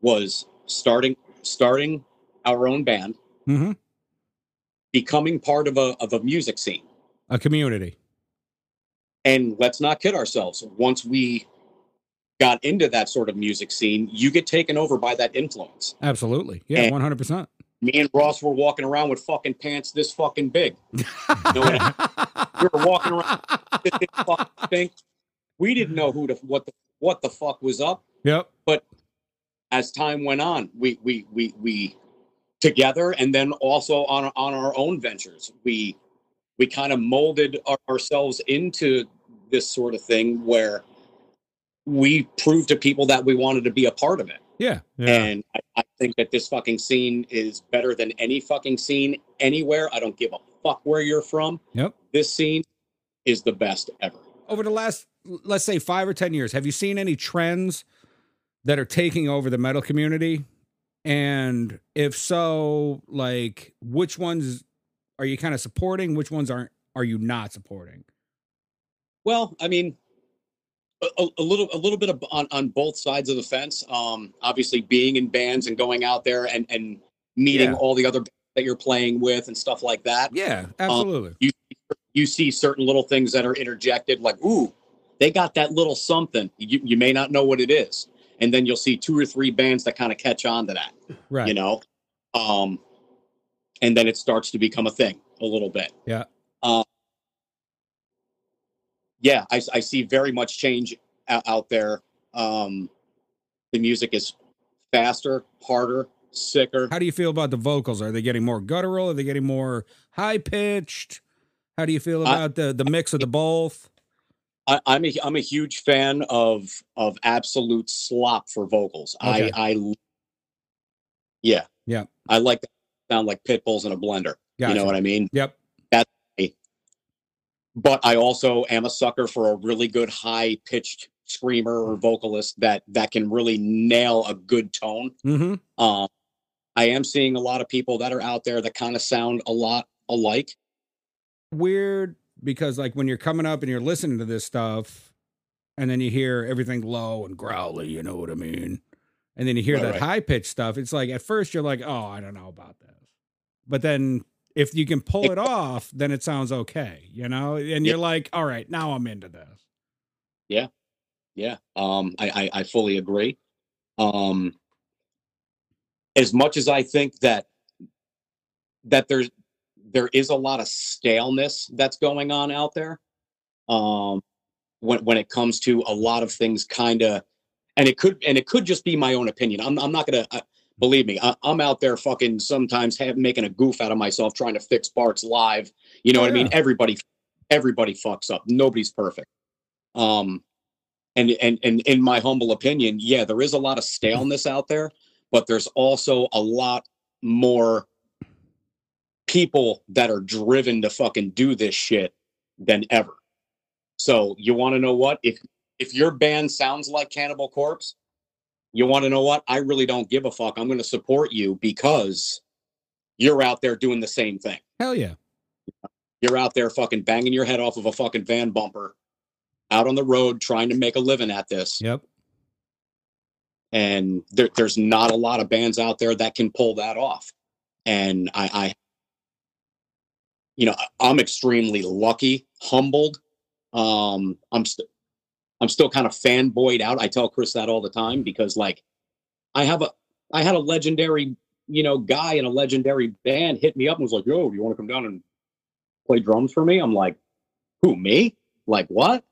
Speaker 4: was starting starting our own band,
Speaker 2: mm-hmm.
Speaker 4: becoming part of a of a music scene.
Speaker 2: a community
Speaker 4: And let's not kid ourselves. Once we got into that sort of music scene, you get taken over by that influence.
Speaker 2: Absolutely. Yeah,
Speaker 4: And-
Speaker 2: one hundred percent.
Speaker 4: Me and Ross were walking around with fucking pants this fucking big. You know what I we were walking around this big fucking thing. We didn't know who the what the what the fuck was up.
Speaker 2: Yep.
Speaker 4: As time went on, we we we we together, and then also on on our own ventures, we we kind of molded our, ourselves into this sort of thing where we proved to people that we wanted to be a part of it.
Speaker 1: Yeah.
Speaker 4: And I, I think that this fucking scene is better than any fucking scene anywhere. I don't give a fuck where you're from.
Speaker 2: Yep.
Speaker 4: This scene is the best ever.
Speaker 2: Over the last let's say five or ten years, have you seen any trends that are taking over the metal community? And if so, like which ones are you kind of supporting? Which ones aren't are you not supporting?
Speaker 4: Well, I mean, a, a- a little, a little bit of, on on both sides of the fence. Um, obviously, being in bands and going out there and and meeting
Speaker 2: Yeah.
Speaker 4: all the other bands that you're playing with and stuff like that.
Speaker 2: Yeah, absolutely.
Speaker 4: You see certain little things that are interjected, like ooh, they got that little something. You you may not know what it is, and then you'll see two or three bands that kind of catch on to that.
Speaker 2: right.
Speaker 4: you know um and then it starts to become a thing a little bit
Speaker 2: Yeah.
Speaker 4: um yeah i, I see very much change out, out there um the music is faster harder sicker
Speaker 2: How do you feel about the vocals? Are they getting more guttural? Are they getting more high pitched? How do you feel
Speaker 4: I-
Speaker 2: about the the mix of the both?
Speaker 4: I, i'm a i'm a huge fan of of absolute slop for vocals
Speaker 2: Okay.
Speaker 4: i i l- yeah
Speaker 2: Yeah.
Speaker 4: i like that sound like pit bulls in a blender you
Speaker 2: Gotcha.
Speaker 4: know what i mean
Speaker 2: Yep.
Speaker 4: but I also am a sucker for a really good high pitched screamer or vocalist that that can really nail a good tone.
Speaker 2: Mm-hmm.
Speaker 4: Um, I am seeing a lot of people that are out there that kind of sound a lot alike.
Speaker 2: weird because like when you're coming up and you're listening to this stuff and then you hear everything low and growly, you know what I mean? And then you hear
Speaker 4: Right,
Speaker 2: that
Speaker 4: right.
Speaker 2: high pitched stuff. It's like at first you're like, "Oh, I don't know about this." But then if you can pull it off, then it sounds okay, you know? And
Speaker 4: Yeah.
Speaker 2: you're like, "All right, now I'm into this."
Speaker 4: Yeah, um, I, I I fully agree. Um, as much as I think that that there's there is a lot of staleness that's going on out there, um, when when it comes to a lot of things, kind of, and it could and it could just be my own opinion. I'm I'm not gonna. I, Believe me, I, I'm out there fucking sometimes have, making a goof out of myself trying to fix parts live. You know
Speaker 2: Oh,
Speaker 4: what I mean?
Speaker 2: yeah.
Speaker 4: Everybody, everybody fucks up. Nobody's perfect. Um, and and and in my humble opinion, yeah, there is a lot of staleness out there, but there's also a lot more people that are driven to fucking do this shit than ever. So you want to know what? If if your band sounds like Cannibal Corpse, you want to know what? I really don't give a fuck. I'm going to support you because you're out there doing the same thing
Speaker 2: Hell yeah.
Speaker 4: you're out there fucking banging your head off of a fucking van bumper out on the road trying to make a living at this
Speaker 2: Yep.
Speaker 4: and there, there's not a lot of bands out there that can pull that off and i i you know i'm extremely lucky humbled um i'm st- i'm still kind of fanboyed out i tell chris that all the time because like i have a i had a legendary you know guy in a legendary band hit me up and was like yo do you want to come down and play drums for me i'm like who me like what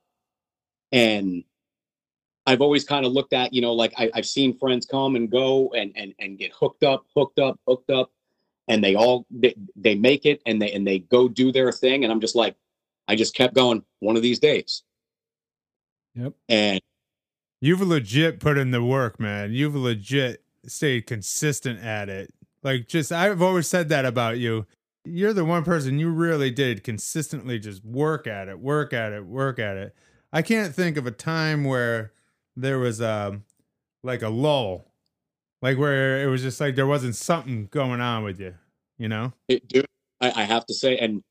Speaker 4: and I've always kind of looked at, you know, like I, I've seen friends come and go and and and get hooked up, hooked up, hooked up, and they all they, they make it and they and they go do their thing, and I'm just like, I just kept going. One of these days,
Speaker 2: Yep.
Speaker 4: and
Speaker 1: You've legit put in the work, man. You've legit stayed consistent at it. Like, just, I've always said that about you. You're the one person you really did consistently just work at it, work at it, work at it. I can't think of a time where there was um like a lull, like where it was just like there wasn't something going on with you, you know?
Speaker 4: it, dude, I, I have to say, and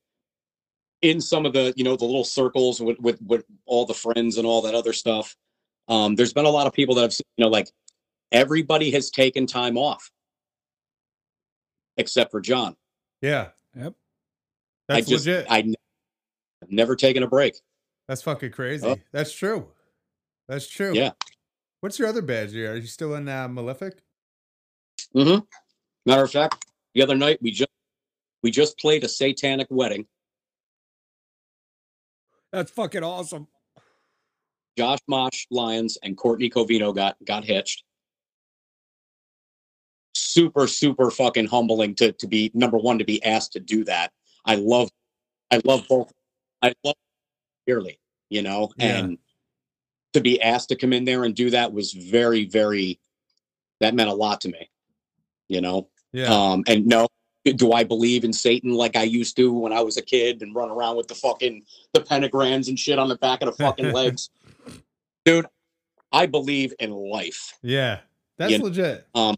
Speaker 4: in some of the you know the little circles with with, with all the friends and all that other stuff, um, there's been a lot of people that have seen, you know like everybody has taken time off, except for John.
Speaker 1: Yeah.
Speaker 2: Yep.
Speaker 1: That's
Speaker 4: I just,
Speaker 1: legit.
Speaker 4: I n- I've never taken a break.
Speaker 1: That's fucking crazy.
Speaker 4: Oh.
Speaker 1: That's true. That's true.
Speaker 4: Yeah.
Speaker 1: What's your other badge? Are you still in uh, Malefic? Mm-hmm.
Speaker 4: hmm Matter of fact, the other night we just we just played a satanic wedding.
Speaker 2: That's fucking awesome.
Speaker 4: Josh Mosh Lyons and Courtney Covino got got hitched. Super, super fucking humbling to to be number one to be asked to do that. I love, I love both. I love dearly, you know,
Speaker 1: Yeah.
Speaker 4: and to be asked to come in there and do that was very, very. That meant a lot to me, you know.
Speaker 1: Yeah.
Speaker 4: Um, and no, do I believe in Satan like I used to when I was a kid and run around with the fucking the pentagrams and shit on the back of the fucking legs? Dude, I believe in life.
Speaker 1: yeah. That's
Speaker 4: you know,
Speaker 1: legit.
Speaker 4: Um,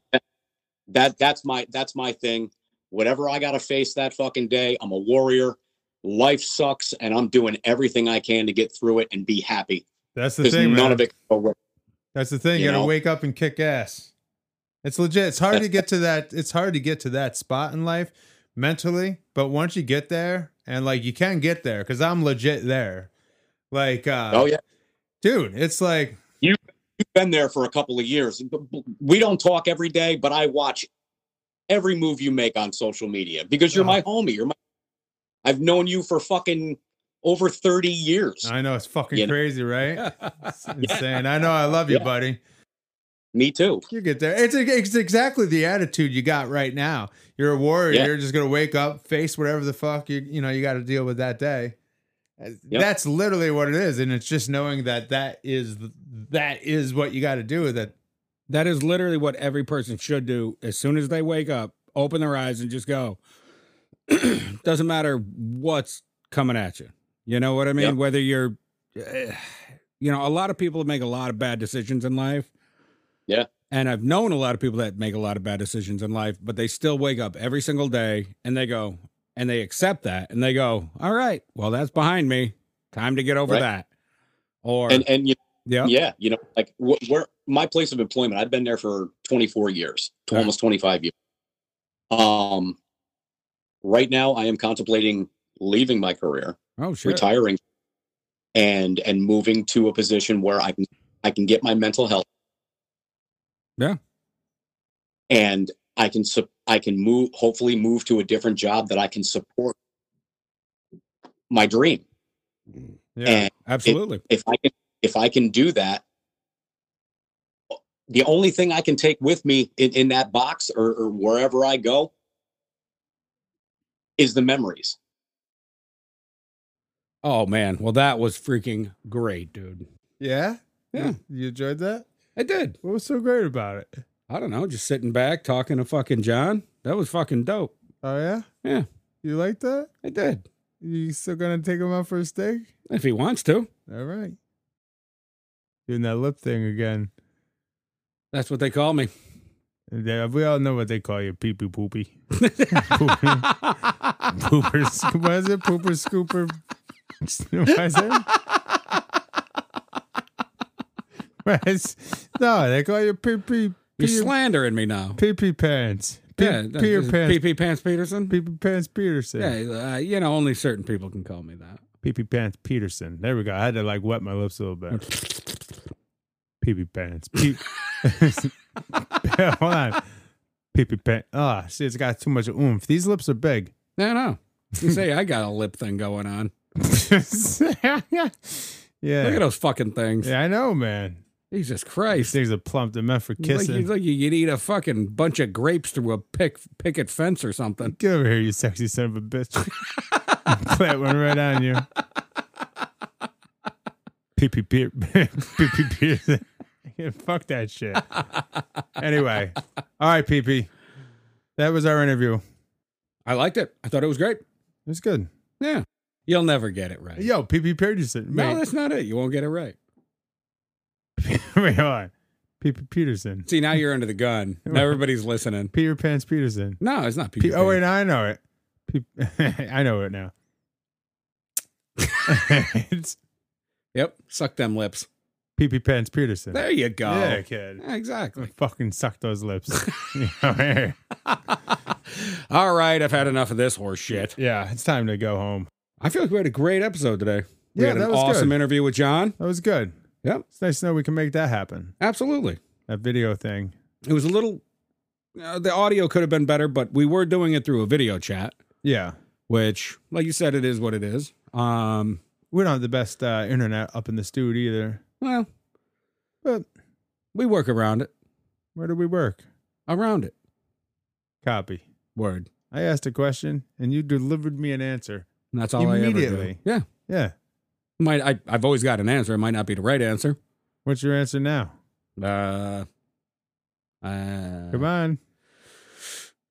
Speaker 4: that that's my that's my thing. Whatever I gotta face that fucking day, I'm a warrior. Life sucks, and I'm doing everything I can to get through it and be happy
Speaker 1: That's the
Speaker 4: because
Speaker 1: thing,
Speaker 4: none
Speaker 1: man.
Speaker 4: of it. can go wrong.
Speaker 1: That's the thing. You
Speaker 4: you
Speaker 1: gotta
Speaker 4: know?
Speaker 1: wake up and kick ass. It's legit. It's hard to get to that. It's hard to get to that spot in life mentally, but once you get there, and like you can get there, because I'm legit there. Like, uh,
Speaker 4: Oh yeah,
Speaker 1: dude, it's like,
Speaker 4: you've been there for a couple of years. We don't talk every day, but I watch every move you make on social media because you're
Speaker 1: Oh.
Speaker 4: my homie. You're my. I've known you for fucking over thirty years.
Speaker 1: I know it's fucking
Speaker 4: You know?
Speaker 1: crazy, right? It's
Speaker 2: yeah.
Speaker 1: insane. I know. I love you,
Speaker 4: Yeah.
Speaker 1: buddy.
Speaker 4: Me too.
Speaker 1: You get there. It's, it's exactly the attitude you got right now. You're a warrior.
Speaker 4: Yeah.
Speaker 1: You're just gonna wake up, face whatever the fuck you you know you got to deal with that day. Uh,
Speaker 4: Yep.
Speaker 1: That's literally what it is, and it's just knowing that that is that is what you got to do with it.
Speaker 2: That is literally what every person should do as soon as they wake up, open their eyes and just go. Doesn't matter what's coming at you. You know what I mean?
Speaker 4: Yep.
Speaker 2: Whether you're, eh, you know, a lot of people make a lot of bad decisions in life.
Speaker 4: Yeah.
Speaker 2: And I've known a lot of people that make a lot of bad decisions in life, but they still wake up every single day and they go, and they accept that and they go, all right, well, that's behind me. Time to get over
Speaker 4: Right.
Speaker 2: that. Or,
Speaker 4: And and you,
Speaker 2: yeah.
Speaker 4: yeah, you know, like wh- where my place of employment. I've been there for twenty four years, to
Speaker 2: Right.
Speaker 4: almost twenty five years. Um, right now I am contemplating leaving my career.
Speaker 2: Oh, shit.
Speaker 4: retiring and and moving to a position where I can I can get my mental health.
Speaker 2: Yeah.
Speaker 4: And I can sup- I can move hopefully move to a different job that I can support my dream.
Speaker 1: Yeah,
Speaker 4: And
Speaker 2: Absolutely.
Speaker 4: if I can if I can do that the only thing I can take with me in, in that box or, or wherever I go is the memories.
Speaker 2: Oh man, well that was freaking great, dude.
Speaker 1: yeah,
Speaker 2: Yeah.
Speaker 1: You, you enjoyed that?
Speaker 2: I did.
Speaker 1: What was so great about it?
Speaker 2: I don't know, just sitting back talking to fucking John. That was fucking dope.
Speaker 1: Oh yeah,
Speaker 2: Yeah.
Speaker 1: You like that?
Speaker 2: I did.
Speaker 1: You still gonna take him out for a steak?
Speaker 2: If he wants to,
Speaker 1: All right. Doing that lip thing again.
Speaker 2: that's what they call me.
Speaker 1: Yeah, we all know what they call you, pee pee poopy. Pooper, pooper, sc- what is it? Pooper scooper. What is it? What is, no, they call you pee pee
Speaker 2: You're
Speaker 1: pee
Speaker 2: slandering me now.
Speaker 1: pee pee pants. Pee
Speaker 2: yeah,
Speaker 1: pee your pants.
Speaker 2: PP Pants Peterson.
Speaker 1: Pee pee pants Peterson.
Speaker 2: yeah, uh, you know, only certain people can call me that.
Speaker 1: Pee pee pants Peterson. There we go. I had to like wet my lips a little bit. Pee pee pants. Pee- Hold on. Pee pee pants. Oh, see, it's got too much oomph. These lips are big.
Speaker 2: No, no. You say I got a lip thing going on.
Speaker 1: yeah.
Speaker 2: Look at those fucking things.
Speaker 1: Yeah, I know, man.
Speaker 2: Jesus
Speaker 1: These
Speaker 2: Christ.
Speaker 1: things are plumped and meant for
Speaker 2: It's Like,
Speaker 1: kissing.
Speaker 2: it's like you could eat a fucking bunch of grapes through a pick, picket fence or something.
Speaker 1: Get over here, you sexy son of a bitch. Plant one right on you. Pee pee pee pee pee pee. Yeah, Fuck that shit. Anyway, all right, pee pee. That was our interview. It
Speaker 2: I liked it. I thought it was great.
Speaker 1: was good.
Speaker 2: Yeah. You'll never get it right.
Speaker 1: Yo, pee pee Peterson.
Speaker 2: No,
Speaker 1: Wait,
Speaker 2: that's not it. You won't get it right.
Speaker 1: wait, hold on. Pee pee Peterson.
Speaker 2: See, now you're under the gun. Now everybody's listening.
Speaker 1: Peter Pants Peterson.
Speaker 2: No, it's not
Speaker 1: Pe-
Speaker 2: Peter.
Speaker 1: oh wait,
Speaker 2: Pan.
Speaker 1: I know it. Pe- I know it now. it's
Speaker 2: Yep. Suck them lips.
Speaker 1: Pee Pee Pants Peterson.
Speaker 2: There you go.
Speaker 1: Yeah, kid.
Speaker 2: Yeah, exactly.
Speaker 1: Fucking suck those lips. You know, hey.
Speaker 2: All right. I've had enough of this horse shit.
Speaker 1: yeah, it's time to go home.
Speaker 2: I feel like we had a great episode today. We
Speaker 1: Yeah,
Speaker 2: had an
Speaker 1: that was
Speaker 2: awesome
Speaker 1: good.
Speaker 2: interview with John.
Speaker 1: That was good.
Speaker 2: Yep.
Speaker 1: It's nice to know we can make that happen.
Speaker 2: Absolutely.
Speaker 1: That video thing.
Speaker 2: It was a little. Uh, the audio could have been better, but we were doing it through a video chat,
Speaker 1: Yeah.
Speaker 2: which, like you said, it is what it is. Um,
Speaker 1: We don't have the best uh, internet up in the studio either.
Speaker 2: well,
Speaker 1: But
Speaker 2: we work around it.
Speaker 1: where do we work?
Speaker 2: Around it.
Speaker 1: Copy.
Speaker 2: Word.
Speaker 1: I asked a question and you delivered me an answer.
Speaker 2: And that's all I ever do.
Speaker 1: Immediately.
Speaker 2: Yeah.
Speaker 1: Yeah.
Speaker 2: Might I? I've always got an answer. It might not be the right answer.
Speaker 1: What's your answer now?
Speaker 2: Uh, uh,
Speaker 1: Come on.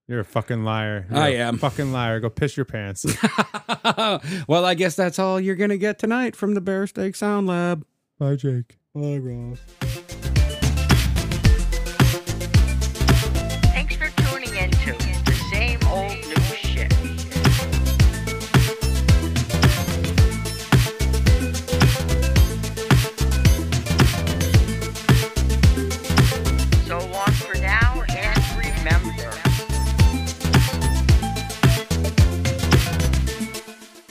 Speaker 1: You're a fucking liar. You're
Speaker 2: I
Speaker 1: a
Speaker 2: am.
Speaker 1: Fucking liar. Go piss your pants.
Speaker 2: well, I guess that's all you're gonna get tonight from the Bear Steak Sound Lab.
Speaker 1: Bye, Jake.
Speaker 3: Thanks for tuning in to the same old new shit. So long for now, and remember.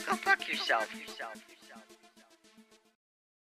Speaker 3: Go fuck yourself.